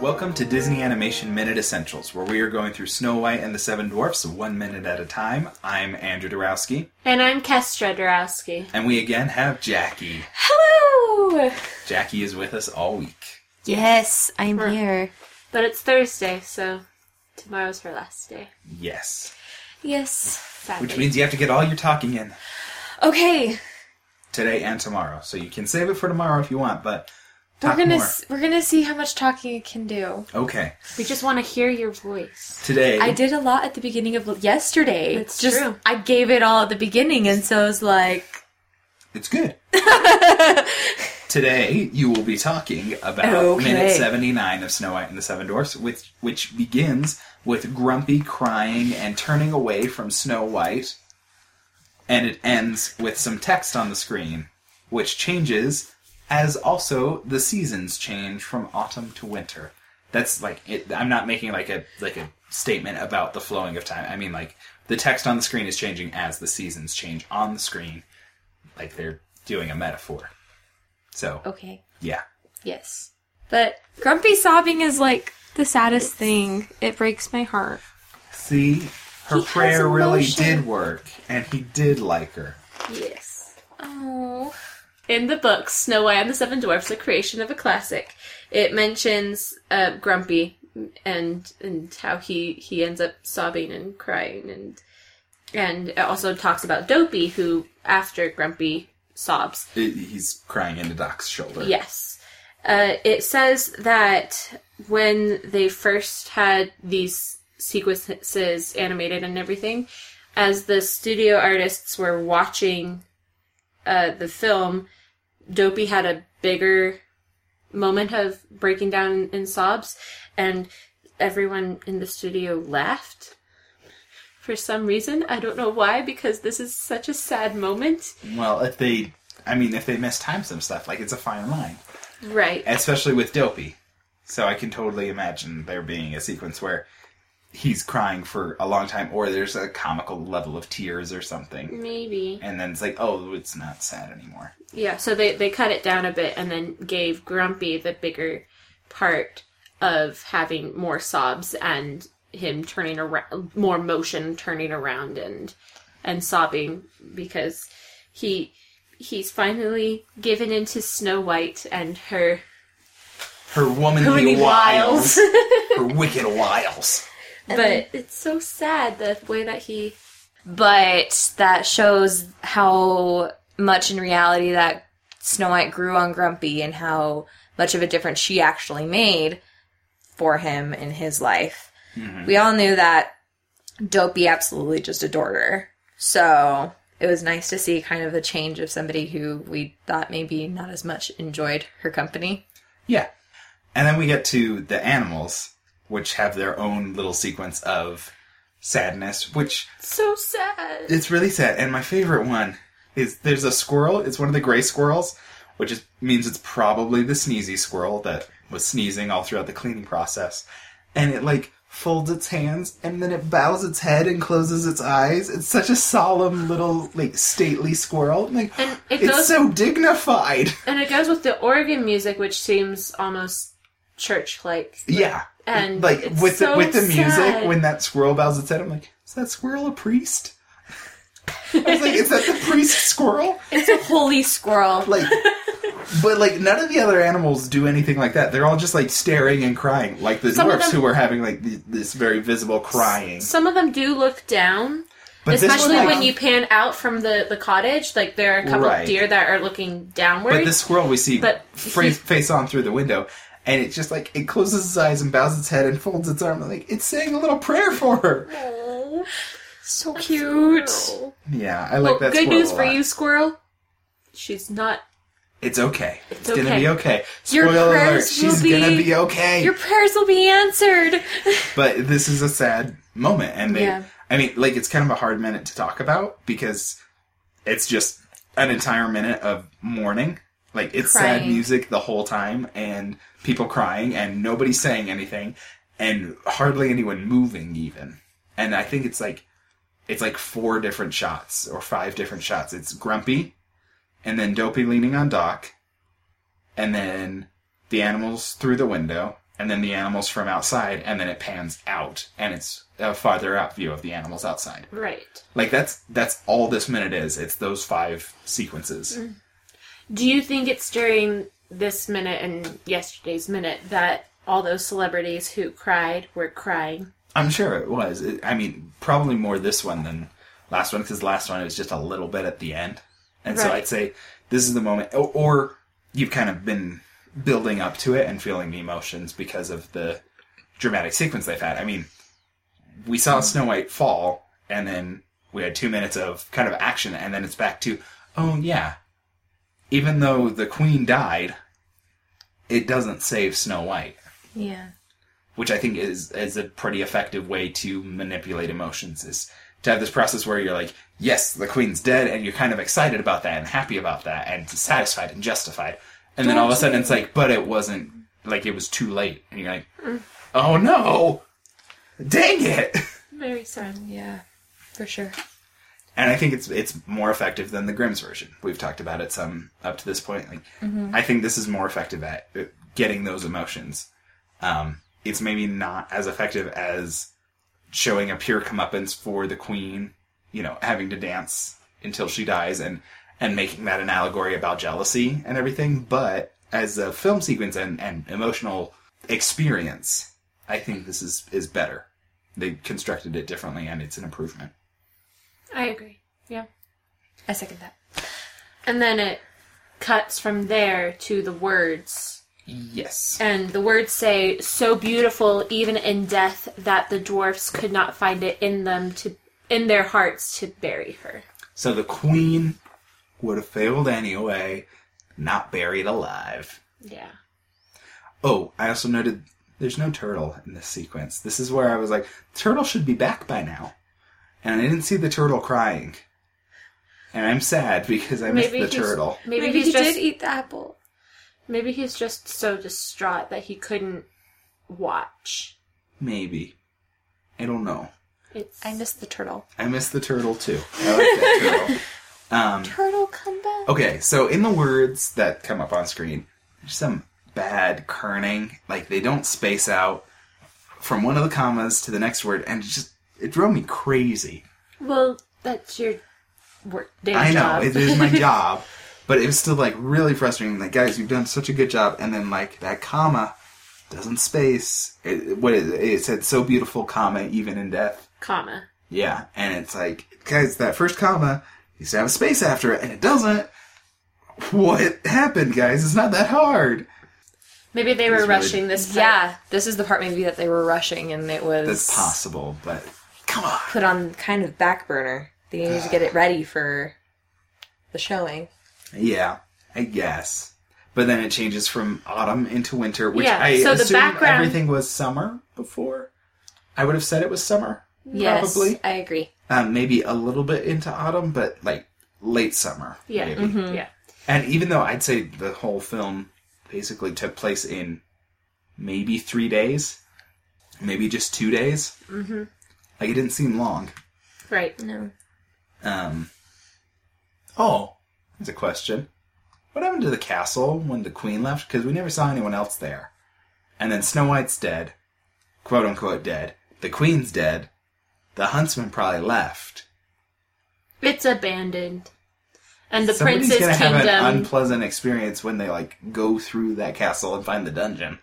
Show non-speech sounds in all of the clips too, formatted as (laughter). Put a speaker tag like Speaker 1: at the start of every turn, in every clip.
Speaker 1: Welcome to Disney Animation Minute Essentials, where we are going through Snow White and the Seven Dwarfs one minute at a time. I'm Andrew Dorowski,
Speaker 2: And I'm Kestra Dorowski.
Speaker 1: and we again have Jackie.
Speaker 2: Hello!
Speaker 1: Jackie is with us all week.
Speaker 3: Yes, I'm
Speaker 2: Huh.
Speaker 3: here.
Speaker 2: But it's Thursday, so tomorrow's her last day.
Speaker 1: Yes.
Speaker 3: Yes.
Speaker 2: Sadly.
Speaker 1: Which means you have to get all your talking in
Speaker 3: Okay,
Speaker 1: today and tomorrow. So you can save it for tomorrow if you want, but
Speaker 3: we're
Speaker 1: talk
Speaker 3: gonna
Speaker 1: more.
Speaker 3: s- we're gonna see how much talking I can do.
Speaker 1: Okay.
Speaker 2: we just want to hear your voice.
Speaker 1: Today
Speaker 3: I did a lot at the beginning of yesterday.
Speaker 2: That's
Speaker 3: just
Speaker 2: true.
Speaker 3: I gave it all at the beginning, and so I was like,
Speaker 1: it's good. Today you will be talking about
Speaker 3: Okay.
Speaker 1: minute 79 of Snow White and the Seven Dwarfs, which which begins with Grumpy crying and turning away from Snow White, and it ends with some text on the screen, which changes as also the seasons change from autumn to winter. That's like it, I'm not making like a like a statement about the flowing of time. I mean like the text on the screen is changing as the seasons change on the screen, like they're doing a metaphor. So
Speaker 3: okay,
Speaker 1: yeah.
Speaker 3: yes. But grumpy sobbing is like the saddest thing. It breaks my heart.
Speaker 1: See, her
Speaker 3: He has
Speaker 1: prayer really
Speaker 3: emotion.
Speaker 1: did work, and he did like her.
Speaker 2: Yes.
Speaker 3: Oh,
Speaker 2: In the book, Snow White and the Seven Dwarfs, a creation of a classic, it mentions uh, Grumpy and and how he, he ends up sobbing and crying and and it also talks about Dopey, who after Grumpy sobs
Speaker 1: I- He's crying into Doc's shoulder.
Speaker 2: Yes. Uh, it says that when they first had these sequences animated and everything, as the studio artists were watching uh, the film, Dopey had a bigger moment of breaking down in sobs, and everyone in the studio laughed. For some reason, I don't know why, because this is such a sad moment.
Speaker 1: Well, if they, I mean, if they mistime some stuff, like it's a fine line,
Speaker 2: Right.
Speaker 1: especially with Dopey. So I can totally imagine there being a sequence where he's crying for a long time, or there's a comical level of tears or something,
Speaker 2: Maybe.
Speaker 1: and then it's like, oh, it's not sad anymore.
Speaker 2: Yeah, so they, they cut it down a bit and then gave Grumpy the bigger part of having more sobs and him turning around, more motion turning around and and sobbing because he he's finally given into Snow White and her
Speaker 1: Her womanly
Speaker 2: Womanly
Speaker 1: wiles, (laughs) her wicked wiles.
Speaker 2: but it's so sad the way that he
Speaker 3: but that shows how much in reality that Snow White grew on Grumpy and how much of a difference she actually made for him in his life. We all knew that Dopey absolutely just adored her. So it was nice to see kind of a change of somebody who we thought maybe not as much enjoyed her company.
Speaker 1: Yeah. And then we get to the animals, which have their own little sequence of sadness, which
Speaker 2: so sad.
Speaker 1: it's really sad. And my favorite one is there's a squirrel, it's one of the gray squirrels, which is, means it's probably the sneezy squirrel that was sneezing all throughout the cleaning process. And it like folds its hands and then it bows its head and closes its eyes. It's such a solemn little like stately squirrel. I'm like
Speaker 2: And it
Speaker 1: it's
Speaker 2: goes-
Speaker 1: so dignified.
Speaker 2: And it goes with the organ music which seems almost church like.
Speaker 1: Yeah.
Speaker 2: And
Speaker 1: like
Speaker 2: it's
Speaker 1: with the,
Speaker 2: so
Speaker 1: with the music
Speaker 2: sad.
Speaker 1: when that squirrel bows its head, I'm like, is that squirrel a priest? I was like, is that the priest squirrel?
Speaker 3: It's a holy squirrel.
Speaker 2: (laughs)
Speaker 1: Like, but like none of the other animals do anything like that. They're all just like staring and crying, like the
Speaker 2: Some of
Speaker 1: dwarfs
Speaker 2: them-
Speaker 1: who are having like th- this very visible crying.
Speaker 2: Some of them do look down
Speaker 1: But this one,
Speaker 2: Especially
Speaker 1: like-
Speaker 2: when you pan out from the, the cottage, like there are a couple
Speaker 1: Right.
Speaker 2: of deer that are looking downward.
Speaker 1: But this squirrel we see
Speaker 2: But
Speaker 1: fra-
Speaker 2: he-
Speaker 1: face on through the window, and it's just like it closes its eyes and bows its head and folds its arm. Like it's saying a little prayer for her.
Speaker 3: So cute.
Speaker 2: Well,
Speaker 1: Yeah, I like that.
Speaker 2: good
Speaker 1: squirrel
Speaker 2: news
Speaker 1: a
Speaker 2: for
Speaker 1: lot.
Speaker 2: you, squirrel. She's not.
Speaker 1: It's okay. It's, gonna
Speaker 2: okay.
Speaker 1: be okay.
Speaker 3: Your
Speaker 1: Spoiler alert,
Speaker 3: prayers will
Speaker 1: she's gonna
Speaker 3: be-
Speaker 1: be okay.
Speaker 3: Your prayers will be answered.
Speaker 1: But this is a sad moment and they
Speaker 3: Yeah.
Speaker 1: I mean, like it's kind of a hard minute to talk about because it's just an entire minute of mourning. Like it's sad
Speaker 3: Crying.
Speaker 1: music the whole time and people crying and nobody saying anything and hardly anyone moving even. And I think it's like it's like four different shots or five different shots. It's Grumpy, and then Dopey leaning on Doc, and then the animals through the window, and then the animals from outside, and then it pans out, and it's a farther up view of the animals outside.
Speaker 2: Right.
Speaker 1: Like that's that's all this minute is. It's those five sequences.
Speaker 2: Do you think it's during this minute and yesterday's minute that all those celebrities who cried were crying?
Speaker 1: I'm sure it was. It, I mean, probably more this one than last one because last one it was just a little bit at the end, and so
Speaker 2: Right.
Speaker 1: I'd say this is the moment, or, or you've kind of been building up to it and feeling the emotions because of the dramatic sequence they've had. I mean, we saw Snow White fall, and then we had two minutes of kind of action, and then it's back to, oh yeah, even though the queen died, it doesn't save Snow White
Speaker 3: Yeah.
Speaker 1: which I think is is a pretty effective way to manipulate emotions is to have this process where you're like, yes, the queen's dead, and you're kind of excited about that and happy about that and satisfied and justified, and then all of a sudden it's like, but it wasn't like it was too late, and you're like, oh no, dang it.
Speaker 2: Very sad.
Speaker 3: Yeah. For sure.
Speaker 1: And I think it's it's more effective than the Grimm's version. We've talked about it some up to this point. Like, I think this is more effective at uh, getting those emotions. Um, it's maybe not as effective as showing a pure comeuppance for the queen. You know, having to dance until she dies, and and making that an allegory about jealousy and everything. But as a film sequence and, and emotional experience, I think this is is better. They constructed it differently, and it's an improvement.
Speaker 2: I agree. Yeah.
Speaker 3: I second that.
Speaker 2: And then it cuts from there to the words.
Speaker 1: Yes.
Speaker 2: And the words say, so beautiful even in death that the dwarfs could not find it in them to in their hearts to bury her.
Speaker 1: So the queen would have failed anyway, not buried alive.
Speaker 2: Yeah.
Speaker 1: Oh, I also noted there's no turtle in this sequence. This is where I was like, turtle should be back by now. And I didn't see the turtle crying. And I'm sad because I missed
Speaker 2: Maybe
Speaker 1: the
Speaker 2: he's-
Speaker 1: turtle.
Speaker 2: Maybe, he's just
Speaker 3: eat the apple.
Speaker 2: maybe he's just so distraught that he couldn't watch.
Speaker 1: Maybe. I don't know.
Speaker 2: It's
Speaker 3: I missed the turtle.
Speaker 1: I missed the turtle too. I like that
Speaker 2: (laughs)
Speaker 1: turtle. Um,
Speaker 3: Turtle, come back.
Speaker 1: Okay, so in the words that come up on screen, there's some bad kerning. Like they don't space out from one of the commas to the next word, and it just it drove me crazy.
Speaker 2: well, that's your work day
Speaker 1: I know
Speaker 2: job.
Speaker 1: it is
Speaker 2: (laughs)
Speaker 1: my job, but it was still like really frustrating. Like guys, you've done such a good job, and then like that comma doesn't space. It, what is it? it said so beautiful, comma even in death.
Speaker 2: Comma.
Speaker 1: Yeah, and it's like, guys, that first comma needs to have a space after it, and it doesn't. What happened, guys? It's not that hard.
Speaker 2: Maybe they were
Speaker 1: really-
Speaker 2: rushing this. part.
Speaker 3: Yeah, this is the part maybe that they were rushing and it was
Speaker 1: That's possible, but come on.
Speaker 3: put on kind of back burner. They needed to get it ready for the showing.
Speaker 1: Yeah, I guess. But then it changes from autumn into winter, which
Speaker 2: Yeah,
Speaker 1: I
Speaker 2: so the
Speaker 1: assume
Speaker 2: background-
Speaker 1: everything was summer before. I would have said it was summer,
Speaker 3: Yes,
Speaker 1: probably.
Speaker 3: I agree.
Speaker 1: Um, maybe a little bit into autumn, but like late summer.
Speaker 2: Yeah. mm-hmm.
Speaker 1: maybe.
Speaker 2: Yeah.
Speaker 1: And even though I'd say the whole film basically took place in maybe three days, maybe just two days, mm-hmm. like it didn't seem long.
Speaker 2: Right.
Speaker 3: No.
Speaker 1: Um, oh, there's a question. What happened to the castle when the queen left? Because we never saw anyone else there. And then Snow White's dead, quote unquote dead. The queen's dead. The huntsman probably left.
Speaker 2: It's abandoned. And the
Speaker 1: Somebody's
Speaker 2: prince's
Speaker 1: gonna
Speaker 2: kingdom.
Speaker 1: have an unpleasant experience when they like go through that castle and find the dungeon.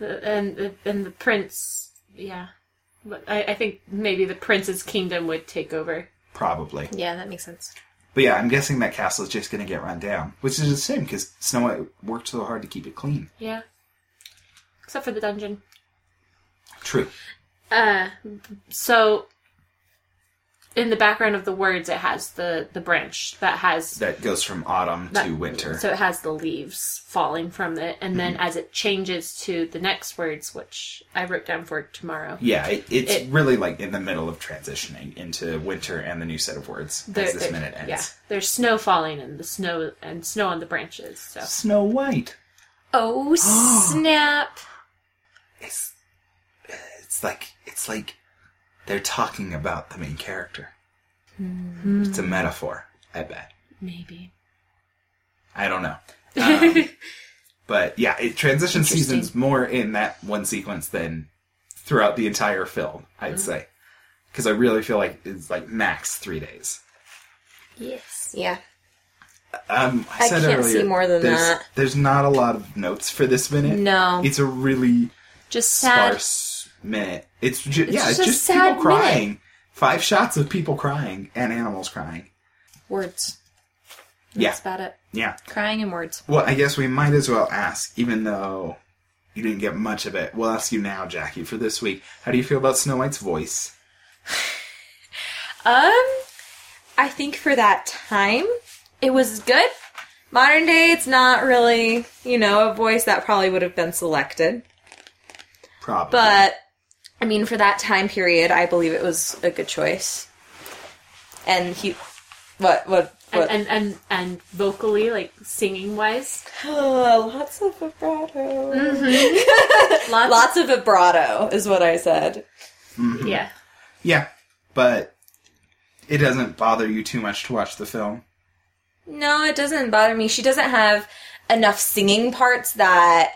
Speaker 2: and and the prince. Yeah. But I, I think maybe the prince's kingdom would take over.
Speaker 1: Probably.
Speaker 3: Yeah, that makes sense.
Speaker 1: But yeah, I'm guessing that castle is just going to get run down, which is a shame because Snow White worked so hard to keep it clean.
Speaker 2: Yeah. Except for the dungeon.
Speaker 1: True.
Speaker 2: Uh, so in the background of the words, it has the the branch that has
Speaker 1: That goes from autumn
Speaker 2: That-
Speaker 1: to winter.
Speaker 2: so it has the leaves falling from it, and
Speaker 1: Mm-hmm.
Speaker 2: then as it changes to the next words, which I wrote down for tomorrow,
Speaker 1: yeah, it, it's
Speaker 2: It-
Speaker 1: really like in the middle of transitioning into winter and the new set of words as this minute ends.
Speaker 2: Yeah, there's snow falling and the snow and snow on the branches. So
Speaker 1: Snow White.
Speaker 3: (gasps)
Speaker 1: (gasps)
Speaker 3: Oh snap!
Speaker 1: It's it's like it's like they're talking about the main character.
Speaker 2: Hmm.
Speaker 1: It's a metaphor, I bet.
Speaker 2: maybe
Speaker 3: (laughs)
Speaker 1: I don't know. Um, But yeah, it transitions
Speaker 3: Interesting.
Speaker 1: seasons more in that one sequence than throughout the entire film, I'd
Speaker 3: Mm.
Speaker 1: say. Because I really feel like it's like max three days.
Speaker 2: Yes.
Speaker 3: Yeah.
Speaker 1: Um, I,
Speaker 3: I
Speaker 1: said
Speaker 3: can't
Speaker 1: earlier,
Speaker 3: see more than
Speaker 1: there's,
Speaker 3: that.
Speaker 1: There's not a lot of notes for this minute.
Speaker 3: No.
Speaker 1: it's a really
Speaker 3: Just sad.
Speaker 1: sparse minute. It's just, yeah,
Speaker 3: just
Speaker 1: it's
Speaker 3: a
Speaker 1: just
Speaker 3: sad
Speaker 1: people crying. Five shots of people crying and animals crying.
Speaker 3: Words.
Speaker 1: Yeah.
Speaker 3: That's about it.
Speaker 1: Yeah.
Speaker 3: Crying and words.
Speaker 1: Well, I guess we might as well ask, even though you didn't get much of it. We'll ask you now, Jackie, for this week. How do you feel about Snow White's voice?
Speaker 3: Um, I think for that time, it was good. Modern day, it's not really, you know, a voice that probably would have been selected.
Speaker 1: Probably.
Speaker 3: But, I mean, for that time period, I believe it was a good choice. And he. What? What?
Speaker 2: And,
Speaker 3: what?
Speaker 2: and and and vocally, like singing wise,
Speaker 3: Oh, (sighs) lots of vibrato.
Speaker 2: lots.
Speaker 3: (laughs) Lots of vibrato is what I said.
Speaker 2: Yeah.
Speaker 1: yeah, but it doesn't bother you too much to watch the film.
Speaker 3: No, it doesn't bother me. She doesn't have enough singing parts that,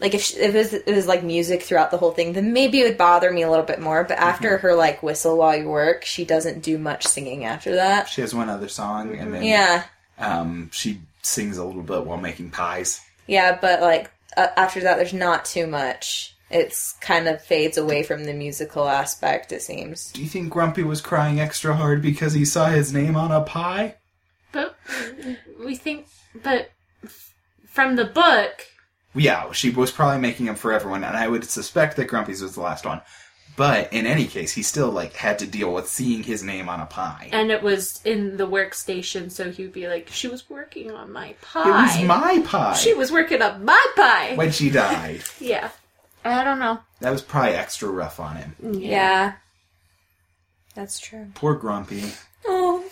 Speaker 3: like, if, she, if it, was, it was like music throughout the whole thing, then maybe it would bother me a little bit more. But after her like whistle while you work, she doesn't do much singing after that.
Speaker 1: She has one other song, and then
Speaker 3: Yeah,
Speaker 1: um, she sings a little bit while making pies.
Speaker 3: yeah, but like uh, after that, there's not too much. It's kind of fades away from the musical aspect. It seems.
Speaker 1: Do you think Grumpy was crying extra hard because he saw his name on a pie?
Speaker 2: But we think, but from the book,
Speaker 1: Yeah, she was probably making them for everyone, and I would suspect that Grumpy's was the last one. But in any case, he still like had to deal with seeing his name on a pie.
Speaker 2: and it was in the workstation, so he would be like, "She was working on my pie.
Speaker 1: It was my pie
Speaker 2: she was working up my pie."
Speaker 1: when she died.
Speaker 2: Yeah. I don't know.
Speaker 1: That was probably extra rough on him.
Speaker 3: Yeah, that's true.
Speaker 1: Poor Grumpy.
Speaker 3: Oh,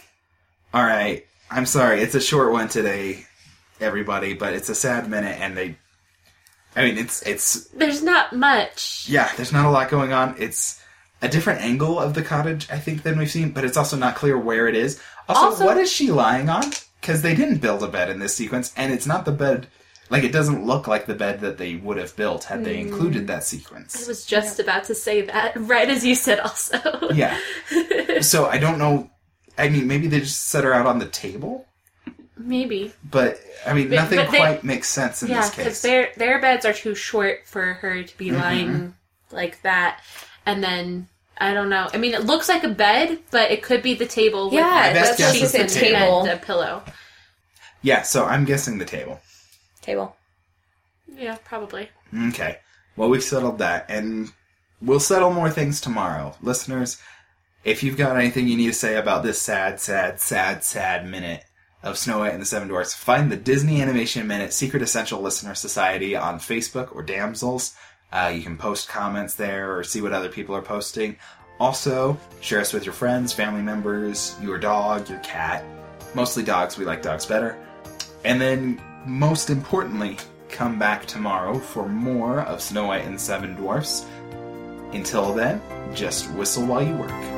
Speaker 1: All right, I'm sorry. It's a short one today, everybody, but it's a sad minute, and they. I mean, it's it's
Speaker 2: There's not much.
Speaker 1: yeah, there's not a lot going on. It's a different angle of the cottage, I think, than we've seen, but it's also not clear where it is. Also,
Speaker 2: Also-
Speaker 1: what is she lying on? Because they didn't build a bed in this sequence, and it's not the bed. Like, it doesn't look like the bed that they would have built had they
Speaker 2: Hmm.
Speaker 1: included that
Speaker 2: I
Speaker 1: sequence.
Speaker 2: was just about to say that right as you said, also.
Speaker 1: Yeah. so I don't know. I mean, maybe they just set her out on the table,
Speaker 2: (laughs) Maybe.
Speaker 1: but I mean,
Speaker 2: But-
Speaker 1: nothing
Speaker 2: but they-
Speaker 1: quite makes sense in
Speaker 2: Yeah,
Speaker 1: this
Speaker 2: because
Speaker 1: case. Mm-hmm.
Speaker 2: their their beds are too short for her to be lying like that. And then I don't know. I mean, it looks like a bed, but it could be the table.
Speaker 3: Yeah, My
Speaker 2: with
Speaker 1: best guess
Speaker 2: sheets
Speaker 1: is the
Speaker 2: and
Speaker 3: table.
Speaker 2: and a pillow.
Speaker 1: Yeah, so I'm guessing the table.
Speaker 3: table.
Speaker 2: Yeah, probably.
Speaker 1: Okay. Well, we've settled that, and we'll settle more things tomorrow. Listeners, if you've got anything you need to say about this sad, sad, sad, sad minute of Snow White and the Seven Dwarfs, find the Disney Animation Minute Secret Essential Listener Society on Facebook or Damsels. Uh, you can post comments there or see what other people are posting. Also, share us with your friends, family members, your dog, your cat. Mostly dogs, we like dogs better. And then, most importantly, come back tomorrow for more of Snow White and the Seven Dwarfs. Until then, just whistle while you work.